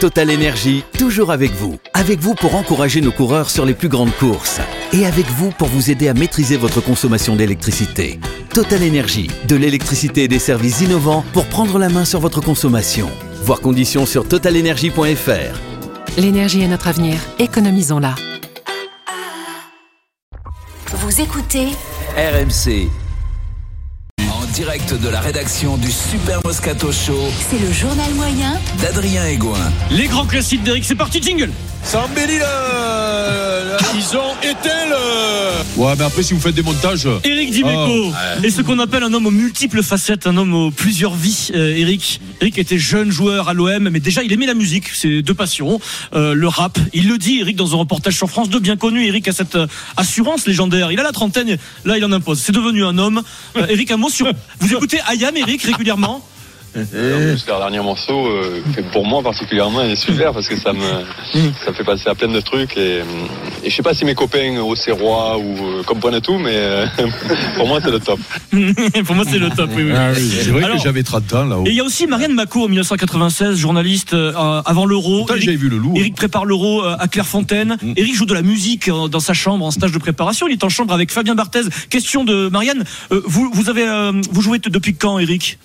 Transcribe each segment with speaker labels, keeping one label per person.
Speaker 1: Total Energy, toujours avec vous. Avec vous pour encourager nos coureurs sur les plus grandes courses. Et avec vous pour vous aider à maîtriser votre consommation d'électricité. Total Energy, de l'électricité et des services innovants pour prendre la main sur votre consommation. Voir conditions sur totalenergy.fr.
Speaker 2: L'énergie est notre avenir, économisons-la.
Speaker 3: Vous écoutez
Speaker 4: RMC. En direct de la rédaction du Super Moscato Show
Speaker 3: C'est le journal moyen
Speaker 4: d'Adrien Egoin.
Speaker 5: Les grands classiques d'Eric, c'est parti, jingle
Speaker 6: Sambelli là Ils ont été le Ouais mais après si vous faites des montages
Speaker 5: Eric Dimeco
Speaker 6: Oh,
Speaker 5: est ce qu'on appelle un homme aux multiples facettes, un homme aux plusieurs vies, euh, Eric. Eric était jeune joueur à l'OM, mais déjà il aimait la musique, c'est deux passions, euh, le rap. Il le dit, Eric, dans un reportage sur France 2, bien connu, Eric a cette euh, assurance légendaire. Il a la trentaine, là il en impose. C'est devenu un homme. Euh, Eric, un mot sur... Vous écoutez Ayam, Eric, régulièrement
Speaker 7: En plus, leur dernier morceau euh, fait pour moi particulièrement un super parce que ça me ça me fait passer à plein de trucs et, euh, et je sais pas si mes copains au Serrois ou euh, comprennent tout mais euh, pour moi c'est le top.
Speaker 5: Pour moi c'est le top, oui, oui.
Speaker 6: Ah C'est vrai
Speaker 5: Alors-
Speaker 6: que j'avais 30 ans là-haut
Speaker 5: Et il y a aussi Marianne Macot en 1996, journaliste euh, avant l'euro.
Speaker 6: Putain,
Speaker 5: Eric-
Speaker 6: j'avais vu hein. Mm. le loup
Speaker 5: Eric prépare l'euro euh, à Clairefontaine. Eric joue de la musique euh, dans sa chambre en stage de préparation. Il est en chambre avec Fabien Barthez. Question de Marianne. Euh, vous, vous avez, euh, vous jouez t- depuis quand, Eric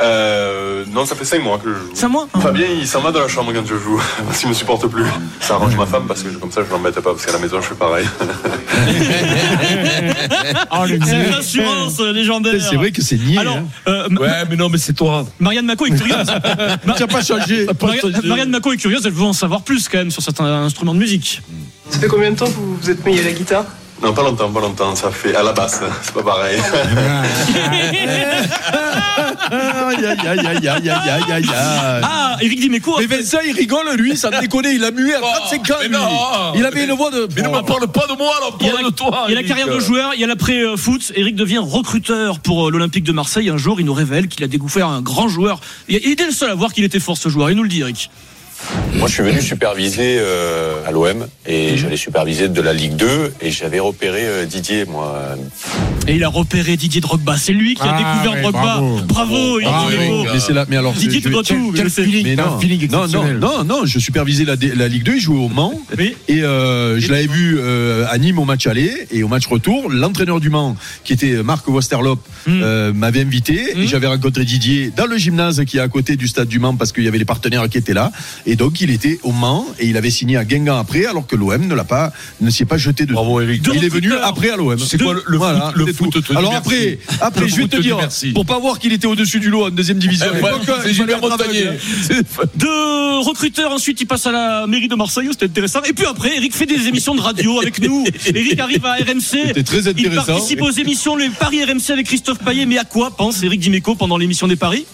Speaker 8: Euh, non, ça fait 5 mois que je joue.
Speaker 5: C'est hein mois
Speaker 8: Fabien, il s'en va de la chambre quand je joue, parce qu'il me supporte plus. Ça arrange ma femme, parce que je- comme ça, je l'embête pas, parce qu'à la maison, je fais pareil.
Speaker 5: C'est une assurance euh, légendaire.
Speaker 6: C'est vrai que c'est niais
Speaker 5: Alors,
Speaker 6: hein.
Speaker 5: euh, Ma-
Speaker 6: Ouais mais non mais c'est toi
Speaker 5: Marianne Macot est curieuse. Ma-
Speaker 6: T'as pas changé
Speaker 5: Maria- Marianne Macot est curieuse. Elle veut en savoir plus quand même sur certains instruments de musique.
Speaker 6: Mm.
Speaker 9: Ça fait combien de temps que vous vous êtes mis à la guitare
Speaker 8: Non, pas longtemps, pas longtemps, ça fait à la basse, c'est pas pareil.
Speaker 6: Aïe aïe aïe aïe aïe aïe aïe aïe aïe
Speaker 5: Ah, Eric Dimeco.
Speaker 6: mais Vincent, il rigole, lui, ça déconne, il a mué à 35 ans. lui. Il avait une voix de. Oh, Mais ne me parle pas de moi, alors
Speaker 5: Il y a la, il y a la carrière de joueur, il y a l'après-foot. Eric devient recruteur pour euh, l'Olympique de Marseille. Un jour, il nous révèle qu'il a découvert un grand joueur. Il il était le seul à voir qu'il était fort ce joueur. Il nous le dit, Eric.
Speaker 10: Moi, je suis venu superviser euh, à l'OM et j'allais superviser de la Ligue 2 et j'avais repéré euh, Didier, moi.
Speaker 5: Et il a repéré Didier Drogba. C'est lui qui a découvert Drogba. Ah, Bravo, Ah, Eric
Speaker 6: Ah,
Speaker 5: Dimeco.
Speaker 6: Mais c'est là, mais alors.
Speaker 5: Didier,
Speaker 6: je- je-
Speaker 5: tu dois tout. je le sais.
Speaker 6: Mais non, non, non, non, non, je supervisais la, D- la Ligue 2, il jouait au Mans.
Speaker 5: Oui.
Speaker 6: Et euh, je l'avais vu euh, à Nîmes au match aller et au match retour. L'entraîneur du Mans, qui était Marc Westerlop,
Speaker 5: Mm.
Speaker 6: euh, m'avait invité.
Speaker 5: Mm.
Speaker 6: Et j'avais rencontré Didier dans le gymnase qui est à côté du stade du Mans parce qu'il y avait les partenaires qui étaient là. Et donc, il était au Mans et il avait signé à Guingamp après, alors que l'OM ne l'a pas, ne s'y est pas jeté de.
Speaker 11: Bravo Eric.
Speaker 5: Deux
Speaker 6: il est venu
Speaker 5: recruteurs.
Speaker 6: après à l'OM.
Speaker 11: C'est quoi le- le
Speaker 6: Voilà,
Speaker 11: foot- le
Speaker 6: c'est
Speaker 11: foot
Speaker 6: tout.
Speaker 11: te dit
Speaker 6: Alors
Speaker 11: merci.
Speaker 6: après, après
Speaker 11: Le
Speaker 6: je vais
Speaker 11: foot
Speaker 6: te
Speaker 11: te dit
Speaker 6: dire,
Speaker 11: merci.
Speaker 6: pour pas voir qu'il était au-dessus du lot en deuxième division. à
Speaker 11: Eh,
Speaker 6: l'époque,
Speaker 11: voilà,
Speaker 6: il
Speaker 11: C'est Gilbert
Speaker 6: fallait être hein.
Speaker 11: Montagnier.
Speaker 6: aveugle.
Speaker 5: Deux recruteurs, ensuite il passe à la mairie de Marseille, c'était intéressant. Et puis après, Eric fait des émissions de radio avec nous. Eric arrive à RMC.
Speaker 6: C'était très
Speaker 5: Il
Speaker 6: intéressant.
Speaker 5: participe aux émissions, les paris RMC avec Christophe Payet. Mais à quoi pense Eric Dimeco pendant l'émission des paris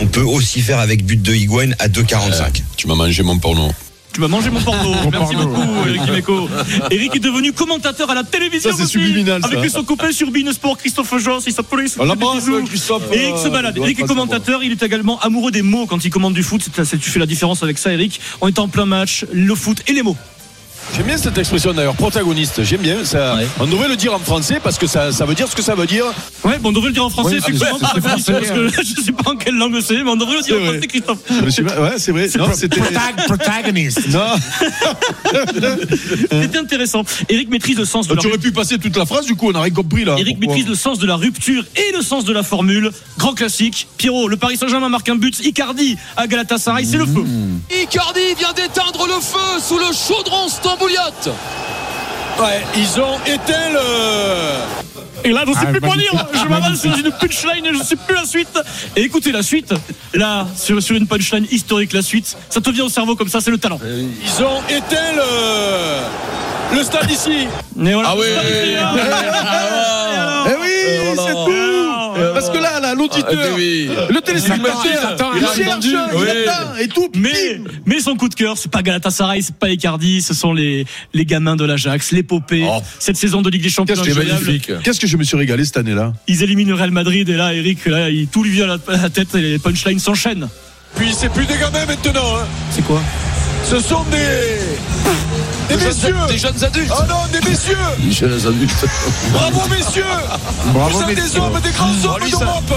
Speaker 10: On peut aussi faire avec but de Higuain à
Speaker 6: Euh,
Speaker 10: 2,45.
Speaker 11: Tu m'as mangé mon porno.
Speaker 5: Tu m'as mangé mon porno. Merci beaucoup, Eric Dimeco. Eric est devenu commentateur à la télévision.
Speaker 6: Ça, c'est
Speaker 5: aussi,
Speaker 6: subliminal, ça.
Speaker 5: Avec son copain sur Binesport, Christophe Joss, il s'appelait. il
Speaker 6: On
Speaker 5: s'appelait
Speaker 6: l'embrasse,
Speaker 5: Bisous.
Speaker 6: Christophe.
Speaker 5: Eric se balade.
Speaker 6: euh,
Speaker 5: Eric est
Speaker 6: doit pas
Speaker 5: commentateur. Il est également amoureux des mots quand il commande du foot. C'est- c'est- Tu fais la différence avec ça, Eric. On est en plein match, le foot et les mots.
Speaker 6: savoir. J'aime bien cette expression d'ailleurs, protagoniste. J'aime bien ça. On devrait le dire en français parce que ça, ça veut dire ce que ça veut dire.
Speaker 5: Ouais, bon, on devrait le dire en français,
Speaker 6: Oui,
Speaker 5: effectivement,
Speaker 6: c'est- c'est
Speaker 5: parce
Speaker 6: français, hein.
Speaker 5: que je sais pas en quelle langue c'est, mais on devrait le dire
Speaker 6: C'est
Speaker 5: en
Speaker 6: vrai. Hein.
Speaker 5: français, Christophe.
Speaker 6: Je me suis- Ouais, c'est vrai. Non, c'était.
Speaker 11: Protagoniste.
Speaker 6: Non.
Speaker 5: C'était intéressant. Eric maîtrise le sens de la
Speaker 6: Ah, Tu aurais pu passer toute la phrase, du coup, on aurait compris là.
Speaker 5: Eric
Speaker 6: Pourquoi
Speaker 5: maîtrise le sens de la rupture et le sens de la formule. Grand classique. Pierrot, le Paris Saint-Germain marque un but. Icardi à Galatasaray, c'est le feu.
Speaker 4: Icardi vient d'éteindre le feu sous le chaudron stambouliote.
Speaker 6: Ouais, ils ont été le.
Speaker 5: Et là, je
Speaker 6: Ah,
Speaker 5: sais plus quoi dire. Je m'avance sur une punchline et je sais plus la suite. Et écoutez, la suite, là, sur, sur une punchline historique, la suite, ça te vient au cerveau comme ça, c'est le talent.
Speaker 6: Ils ont été le. Le stade ici.
Speaker 5: Mais voilà.
Speaker 11: Ah oui.
Speaker 5: Et
Speaker 6: hein.
Speaker 5: alors
Speaker 6: Eh oui, c'est tout.
Speaker 5: alors
Speaker 6: Parce que là, là, l'auditeur,
Speaker 11: Ah, oui, oui.
Speaker 6: le téléspectateur,
Speaker 11: attend,
Speaker 6: il
Speaker 11: il a
Speaker 6: cherche,
Speaker 11: entendu.
Speaker 6: il
Speaker 11: Oui.
Speaker 6: attend et tout.
Speaker 5: Mais, mais son coup de cœur, c'est pas Galatasaray, c'est pas Icardi, ce sont les, les gamins de l'Ajax, l'épopée.
Speaker 11: Oh.
Speaker 5: Cette saison de Ligue des Champions,
Speaker 6: Qu'est-ce que-
Speaker 5: incroyable.
Speaker 6: Qu'est-ce que je me suis régalé cette année-là
Speaker 5: ils éliminent le Real Madrid et là, Eric, là, il, tout lui vient à la, à la tête et les punchlines s'enchaînent.
Speaker 6: Puis c'est plus des gamins maintenant. Hein.
Speaker 5: C'est quoi
Speaker 6: Ce sont des. Des messieurs
Speaker 4: Des jeunes adultes.
Speaker 6: Oh non, des messieurs
Speaker 11: Michel adulte.
Speaker 6: Bravo messieurs Vous êtes des hommes, des grands hommes d'Europe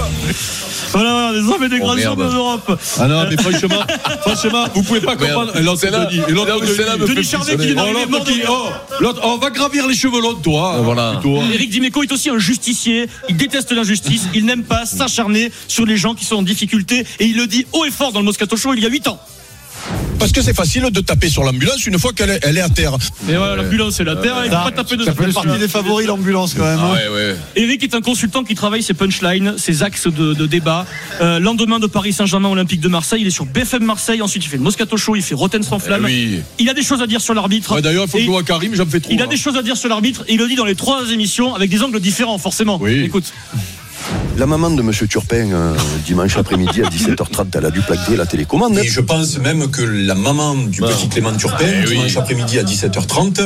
Speaker 5: Voilà, voilà, des hommes et des
Speaker 6: Oh,
Speaker 5: grandes
Speaker 6: merde.
Speaker 5: jambes en Europe.
Speaker 6: Ah non, mais franchement, franchement, vous pouvez pas
Speaker 5: Merde.
Speaker 6: comprendre. Et l'autre,
Speaker 5: Celle-là-
Speaker 6: Denis. Et l'autre,
Speaker 5: Non, mais celle-là me fait
Speaker 6: Denis
Speaker 5: frissonner.
Speaker 6: Charvet qui oh, est dans
Speaker 5: Oh,
Speaker 6: les
Speaker 5: l'autre
Speaker 6: morts de-
Speaker 5: qui-
Speaker 6: Oh, l'autre, on va gravir les cheveux longs, de toi. Plutôt.
Speaker 5: Eric Dimeco est aussi un justicier. Il déteste l'injustice. Il n'aime pas s'acharner sur les gens qui sont en difficulté. Et il le dit haut et fort dans le Moscato Show il y a 8 ans.
Speaker 12: Parce que c'est facile de taper sur l'ambulance une fois qu'elle est, elle est à terre.
Speaker 5: Et voilà, l'ambulance c'est la terre. Il faut pas taper de
Speaker 13: Ça fait partie des favoris, l'ambulance,
Speaker 6: Ah
Speaker 13: quand même. hein.
Speaker 5: Eric est un consultant qui travaille ses punchlines, ses axes de, de débat. Euh, lendemain de Paris Saint-Germain Olympique de Marseille, il est sur BFM Marseille. Ensuite, il fait le Moscato Show, il fait Rotten sans flamme.
Speaker 6: Eh oui.
Speaker 5: Il a des choses à dire sur l'arbitre.
Speaker 6: Ouais, D'ailleurs, il faut que
Speaker 5: Et
Speaker 6: je vois Karim, j'en fais trop.
Speaker 5: Il a
Speaker 6: là.
Speaker 5: des choses à dire sur l'arbitre et il le dit dans les trois émissions avec des angles différents, forcément. Écoute.
Speaker 14: La maman de Monsieur Turpin, euh, dimanche après-midi à 17h30, elle a dû plaquer la télécommande.
Speaker 11: Et je pense même que la maman du petit Clément Turpin, dimanche après-midi à 17h30,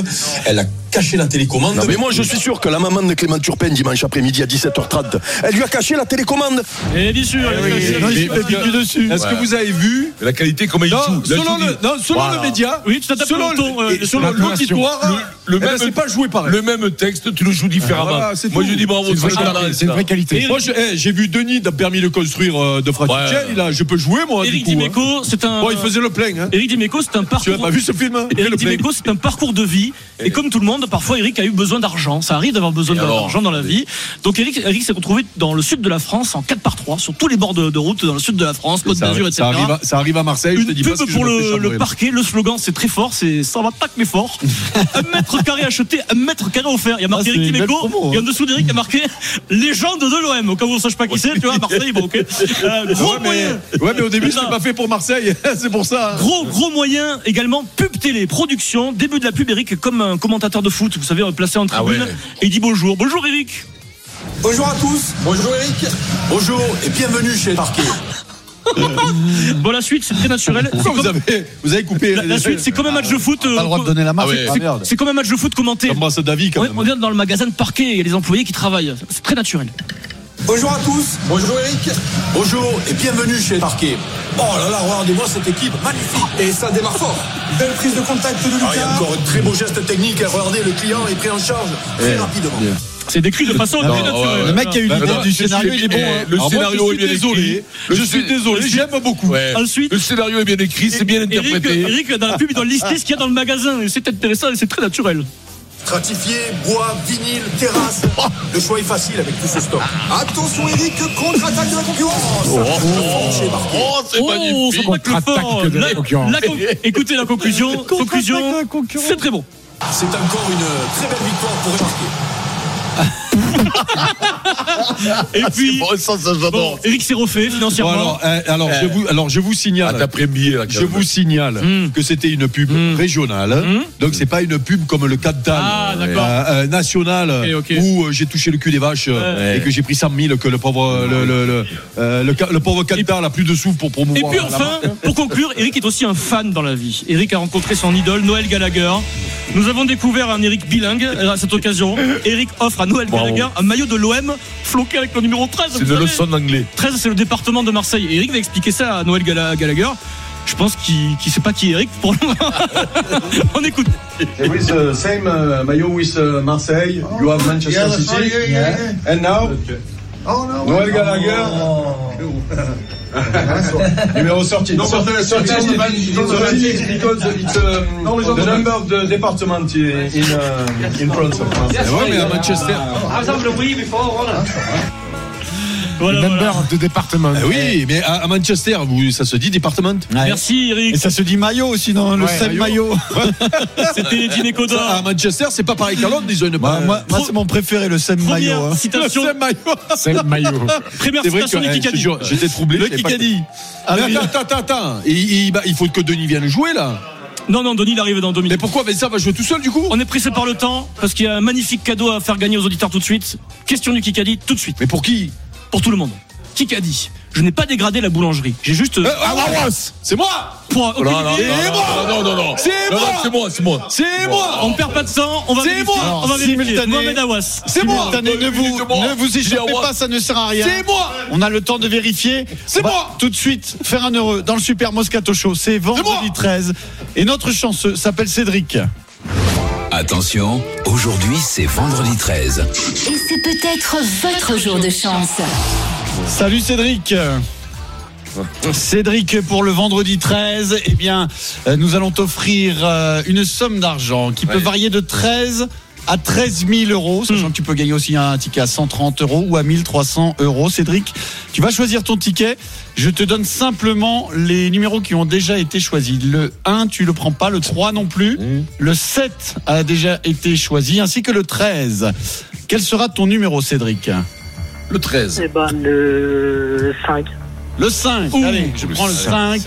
Speaker 11: elle a caché la télécommande.
Speaker 14: Non, mais moi je suis sûr que la maman de Clément Turpin, dimanche après-midi à
Speaker 6: hein.
Speaker 14: 17h30, elle lui a caché la télécommande.
Speaker 5: Et bien sûr,
Speaker 6: Eh
Speaker 14: elle lui a caché la télécommande.
Speaker 6: Est-ce que vous avez vu
Speaker 14: La qualité, comment il
Speaker 6: Non,
Speaker 14: joue. La
Speaker 6: selon
Speaker 14: joue-
Speaker 6: le, non, selon
Speaker 14: Voilà.
Speaker 6: le média,
Speaker 5: Oui, tu t'attaques
Speaker 6: selon
Speaker 5: le ton, euh,
Speaker 6: et
Speaker 5: de-
Speaker 6: selon
Speaker 5: l'intonation.
Speaker 6: l'auditoire,
Speaker 5: Le-
Speaker 6: eh ben, c'est pas joué pareil.
Speaker 12: Le même texte, tu le joues différemment.
Speaker 6: Voilà, c'est
Speaker 12: moi
Speaker 6: tout.
Speaker 12: je dis bravo,
Speaker 6: C'est une vraie
Speaker 12: Frédéric
Speaker 6: qualité,
Speaker 12: Lance,
Speaker 6: c'est une
Speaker 12: là.
Speaker 6: vraie qualité. Moi, je- eh, j'ai vu Denis d'un permis de construire euh, de Fraticelli,
Speaker 12: Ouais.
Speaker 6: là, je peux jouer moi.
Speaker 5: Eric
Speaker 6: du coup,
Speaker 5: Dimeco,
Speaker 6: hein.
Speaker 5: c'est un.
Speaker 6: Bon, il faisait le plein. Hein.
Speaker 5: Eric Dimeco, c'est un parcours.
Speaker 6: Tu as pas vu ce film hein Il fait
Speaker 5: Eric
Speaker 6: le plein.
Speaker 5: Dimeco, c'est un parcours de vie. Et comme tout le monde, parfois Eric a eu besoin d'argent. Ça arrive d'avoir besoin
Speaker 6: Et alors
Speaker 5: d'argent dans la vie. Donc Eric, Eric s'est retrouvé dans le sud de la France en 4 par 3 sur tous les bords de, de route dans le sud de la France, Côte
Speaker 6: Ça,
Speaker 5: d'Azur,
Speaker 6: arrive-
Speaker 5: etc.
Speaker 6: ça arrive à, ça arrive à Marseille, je te dis
Speaker 5: Pub
Speaker 6: pas ce que
Speaker 5: pour
Speaker 6: je me fais
Speaker 5: le, le
Speaker 6: chambrer, là.
Speaker 5: parquet, le slogan c'est très fort, c'est ça va pas que mais fort. un mètre carré acheté, un mètre carré offert. Il y a marqué
Speaker 6: Ah, c'est
Speaker 5: Eric
Speaker 6: une belle
Speaker 5: Dimeco,
Speaker 6: promo, hein.
Speaker 5: et en dessous d'Eric il y a marqué légende de l'OM. Au cas où on sache pas qui c'est, tu vois, à Marseille, bon ok. Euh, gros
Speaker 6: ouais,
Speaker 5: moyen.
Speaker 6: mais, ouais, mais au début, c'était
Speaker 5: Putain.
Speaker 6: pas fait pour Marseille, c'est pour ça. hein.
Speaker 5: Gros, gros moyen également, pub télé, production, début de la pub, Eric, comme un commentateur de foot, vous savez, placé en tribune,
Speaker 6: ouais.
Speaker 5: et il dit bonjour. Bonjour Eric
Speaker 11: Bonjour à tous. Bonjour Eric. Bonjour et bienvenue chez Parquet.
Speaker 5: Bon, la suite, c'est très naturel. C'est
Speaker 6: Vous
Speaker 5: comme-
Speaker 6: avez, vous avez coupé.
Speaker 5: La, la suite, c'est comme un match de foot. euh,
Speaker 13: pas le droit de donner la marque,
Speaker 5: c'est-
Speaker 13: ah
Speaker 5: c'est-
Speaker 13: merde.
Speaker 5: C'est comme un match de foot commenté.
Speaker 6: Embrasse David quand
Speaker 5: on,
Speaker 6: même.
Speaker 5: on vient dans le magasin de parquet, il y a les employés qui travaillent. C'est très naturel.
Speaker 11: Bonjour à tous. Bonjour Eric. Bonjour et bienvenue chez Parquet. Oh là là, regardez-moi cette équipe magnifique. Et ça démarre fort. Belle prise de contact de Lucas. il y a encore un très beau geste technique. Regardez, le client est pris en charge très rapidement.
Speaker 5: C'est décrit de façon
Speaker 6: Non,
Speaker 5: très naturelle.
Speaker 6: ouais,
Speaker 13: Le mec qui a eu
Speaker 6: ouais.
Speaker 13: l'idée
Speaker 6: Non,
Speaker 13: du
Speaker 6: je suis-
Speaker 13: scénario, il est bon.
Speaker 6: eh,
Speaker 13: hein. Alors
Speaker 6: Le
Speaker 13: moi, je
Speaker 6: scénario est
Speaker 13: suis
Speaker 6: bien
Speaker 13: désolé.
Speaker 6: désolé. Je suis désolé, j'aime beaucoup.
Speaker 5: Ensuite,
Speaker 12: Le scénario est bien écrit, c'est bien
Speaker 5: Eric,
Speaker 12: interprété.
Speaker 5: Eric, dans la pub, il doit lister ce qu'il y a dans le magasin. Et C'est intéressant et c'est très naturel.
Speaker 11: Stratifié, bois, vinyle, terrasse. Oh. Le choix est facile avec tout ce stock. Attention Eric, contre-attaque de la concurrence. Oh,
Speaker 5: c'est magnifique. Ça braque le fort.
Speaker 11: Contre-attaque de la
Speaker 5: La-
Speaker 11: concurrence.
Speaker 5: la con- écoutez la conclusion. conclusion. C'est très bon.
Speaker 11: C'est encore une euh, très belle victoire pour remarquer.
Speaker 5: Et puis, bon, Eric s'est refait
Speaker 6: Bon,
Speaker 5: financièrement.
Speaker 6: alors, euh, alors, je vous, alors, je vous
Speaker 12: Ah,
Speaker 6: signale. je vous signale
Speaker 5: Hmm.
Speaker 6: que c'était une pub régionale. hein. Donc, c'est pas une pub comme le Cantal
Speaker 5: Ah, d'accord.
Speaker 6: euh, euh, national où euh, j'ai touché le cul des vaches euh,
Speaker 12: Ouais.
Speaker 6: et que j'ai pris 100 000 que le pauvre, le, le, le, euh, le ca- le pauvre Cantal a plus de sous pour
Speaker 5: Et
Speaker 6: promouvoir.
Speaker 5: puis
Speaker 6: la
Speaker 5: enfin,
Speaker 6: marque.
Speaker 5: pour conclure, Eric est aussi un fan dans la vie. Eric a rencontré son idole, Noël Gallagher. Nous avons découvert un Eric bilingue euh, à cette occasion. Eric offre à Noël
Speaker 12: Bravo.
Speaker 5: Gallagher un maillot de l'OM floqué avec le numéro 13.
Speaker 12: C'est
Speaker 5: vous
Speaker 12: de
Speaker 5: savez.
Speaker 12: leçon d'anglais.
Speaker 5: 13, c'est le département de Marseille. Et Eric va expliquer ça à Noël Galla- Gallagher. Je pense qu'il ne sait pas qui est Eric pour le moment. On écoute.
Speaker 15: with the same uh, maillot with uh, Marseille, you have Manchester
Speaker 16: Oh, Yeah, that's
Speaker 15: City,
Speaker 16: right, yeah, yeah, yeah.
Speaker 15: and now
Speaker 16: Oh no.
Speaker 15: Noël Gallagher, numéro sorti.
Speaker 16: Non, but, uh,
Speaker 15: Sorti,
Speaker 16: sorti,
Speaker 15: sorti,
Speaker 16: sorti,
Speaker 15: sorti, because it's um,
Speaker 16: Non, mais j'en
Speaker 15: the
Speaker 16: sais.
Speaker 15: number of the department in, in, uh, in France. Ah. of Marseille.
Speaker 6: Eh ouais, mais à Manchester.
Speaker 5: Voilà,
Speaker 13: Member de département.
Speaker 6: Eh oui, mais à, à Manchester, vous, ça se dit département.
Speaker 5: Merci Eric.
Speaker 13: Et ça se dit maillot aussi, non Le
Speaker 6: Ouais,
Speaker 13: seul maillot.
Speaker 6: maillot.
Speaker 5: C'était Dimeco d'or.
Speaker 6: Ça, À Ah, Manchester, c'est pas pareil qu'à Londres, ils ont une.
Speaker 13: Moi, Bah, moi, moi,
Speaker 6: Pro-
Speaker 13: c'est mon préféré, le Sem
Speaker 6: Première
Speaker 13: Maillot. hein.
Speaker 5: citation.
Speaker 6: Le Sem Maillot.
Speaker 13: Sem Maillot.
Speaker 5: Première
Speaker 6: C'est vrai
Speaker 5: citation
Speaker 6: que,
Speaker 5: du
Speaker 6: eh, je te
Speaker 5: Kikadi.
Speaker 6: jure, J'étais troublé.
Speaker 5: Le
Speaker 6: je savais pas
Speaker 5: Kikadi.
Speaker 6: que-
Speaker 5: Ah
Speaker 6: Mais
Speaker 5: oui.
Speaker 6: attends, attends, attends. Il, il- bah, il faut que Denis vienne jouer là.
Speaker 5: Non, non, Denis, il arrive dans deux minutes.
Speaker 6: Mais pourquoi Vincent va jouer tout seul du coup
Speaker 5: On est pressé par le temps parce qu'il y a un magnifique cadeau à faire gagner aux auditeurs tout de suite. Question du Kikadi tout de suite.
Speaker 6: Mais pour qui
Speaker 5: Pour tout le monde. Kikadi. Je n'ai pas dégradé la boulangerie. J'ai juste.
Speaker 6: Euh, ah, oh ah, ah, C'est moi
Speaker 5: Pour-
Speaker 12: Non, non, non,
Speaker 5: Olivier.
Speaker 12: non, non, non, non, non.
Speaker 6: C'est
Speaker 12: Non, non,
Speaker 6: moi
Speaker 12: C'est moi, c'est moi.
Speaker 6: C'est moi
Speaker 5: On ne perd pas de temps, on va
Speaker 6: C'est
Speaker 5: vérifier.
Speaker 6: moi
Speaker 5: on va vérifier.
Speaker 13: Simultané.
Speaker 5: Mohamed Awas.
Speaker 6: C'est moi
Speaker 13: Simultané, ne vous, ne vous échappez pas, ça ne sert à rien.
Speaker 6: C'est moi
Speaker 13: On a le temps de vérifier.
Speaker 6: C'est
Speaker 13: On va
Speaker 6: moi
Speaker 13: Tout de suite, faire un heureux dans le Super Moscato Show. C'est vendredi 13. Et notre chanceux s'appelle Cédric.
Speaker 4: Attention, aujourd'hui c'est vendredi 13.
Speaker 2: Et c'est peut-être votre jour de chance.
Speaker 6: Salut Cédric Cédric, pour le vendredi 13, eh bien, euh, nous allons t'offrir euh, une somme d'argent qui peut
Speaker 17: Ouais.
Speaker 6: varier de 13 à 13 000 euros, sachant que tu peux gagner aussi un ticket à 130 euros ou à 1300 euros. Cédric, tu vas choisir ton ticket. Je te donne simplement les numéros qui ont déjà été choisis. Le 1, tu le prends pas. Le 3 non plus. Le 7 a déjà été choisi, ainsi que le 13. Quel sera ton numéro, Cédric Le 13.
Speaker 16: Eh ben, le 5.
Speaker 6: Le 5, allez, je prends le 5.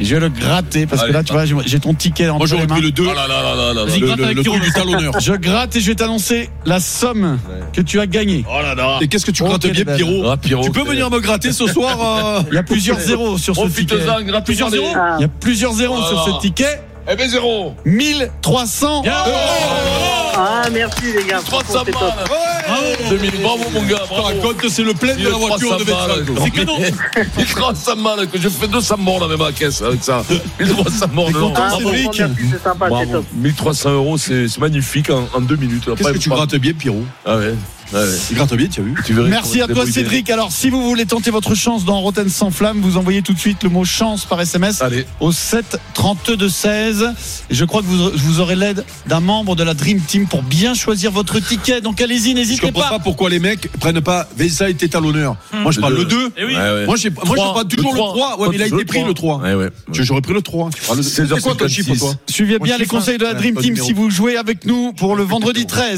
Speaker 6: Et je vais le gratter parce que
Speaker 17: Allez,
Speaker 6: là, tu vois, j'ai- j'ai ton ticket en
Speaker 17: Moi, j'aurais pris le
Speaker 6: Ah
Speaker 17: 2. Le- le- le truc du talonneur.
Speaker 6: Je gratte et je vais t'annoncer la somme que tu as gagnée.
Speaker 17: Oh là là. Et qu'est-ce que tu
Speaker 6: Oh,
Speaker 17: grattes
Speaker 6: quelle
Speaker 17: bien,
Speaker 6: belle.
Speaker 17: Pierrot Tu peux venir me gratter ce soir euh,
Speaker 6: Il y a plusieurs zéros sur ce ticket.
Speaker 17: Profite-en, gratte-en
Speaker 6: Plusieurs
Speaker 17: des-
Speaker 6: zéros
Speaker 16: Ah.
Speaker 6: Il y a plusieurs zéros
Speaker 17: Voilà.
Speaker 6: sur ce ticket.
Speaker 17: Eh ben, zéro
Speaker 6: 1300
Speaker 16: Ah, merci les gars. franchement, c'est top. hein.
Speaker 17: Bravo, 2000, bravo mon gars, bravo. raconte, c'est le plein de la voiture de Vettel. C'est cadeau.
Speaker 18: Il 300 balles, que je fais 200 morts là même à la caisse avec ça. 1300 morts dedans.
Speaker 16: Ah, franchement, merci, C'est sympa, c'est
Speaker 18: Bravo.
Speaker 16: top.
Speaker 18: 1300 euros, c'est c'est magnifique en, en deux minutes.
Speaker 5: Qu'est-ce que tu grattes bien, Pierrot
Speaker 18: Ah ouais. ouais.
Speaker 5: Il gratte bien, tu as vu
Speaker 18: Tu verrais
Speaker 6: Merci
Speaker 18: comment
Speaker 6: à
Speaker 18: t'es
Speaker 6: toi
Speaker 18: brouillé.
Speaker 6: Cédric. Alors si vous voulez tenter votre chance dans Rotten sans flamme, vous envoyez tout de suite le mot chance par SMS au 7 32 16. Et Je crois que vous, vous aurez l'aide d'un membre de la Dream Team pour bien choisir votre ticket. Donc allez-y,
Speaker 5: Je
Speaker 6: n'hésitez
Speaker 5: comprends pas. Hmm.
Speaker 6: pas.
Speaker 5: pourquoi les mecs prennent pas Vesa était à l'honneur. Moi je
Speaker 6: Le
Speaker 5: parle le
Speaker 6: deux.
Speaker 5: 2.
Speaker 6: Eh oui. Ouais, ouais.
Speaker 5: Moi j'ai moi je
Speaker 6: Trois.
Speaker 5: parle toujours le
Speaker 6: Le
Speaker 5: 3.
Speaker 6: trois. Ah,
Speaker 5: Ouais, mais il a
Speaker 6: Je
Speaker 5: été
Speaker 6: le
Speaker 5: pris le 3. J'aurais pris le 3. C'est quoi ton chiffre toi
Speaker 6: Suivez bien les conseils de la Dream Team si vous jouez avec nous pour le vendredi 13.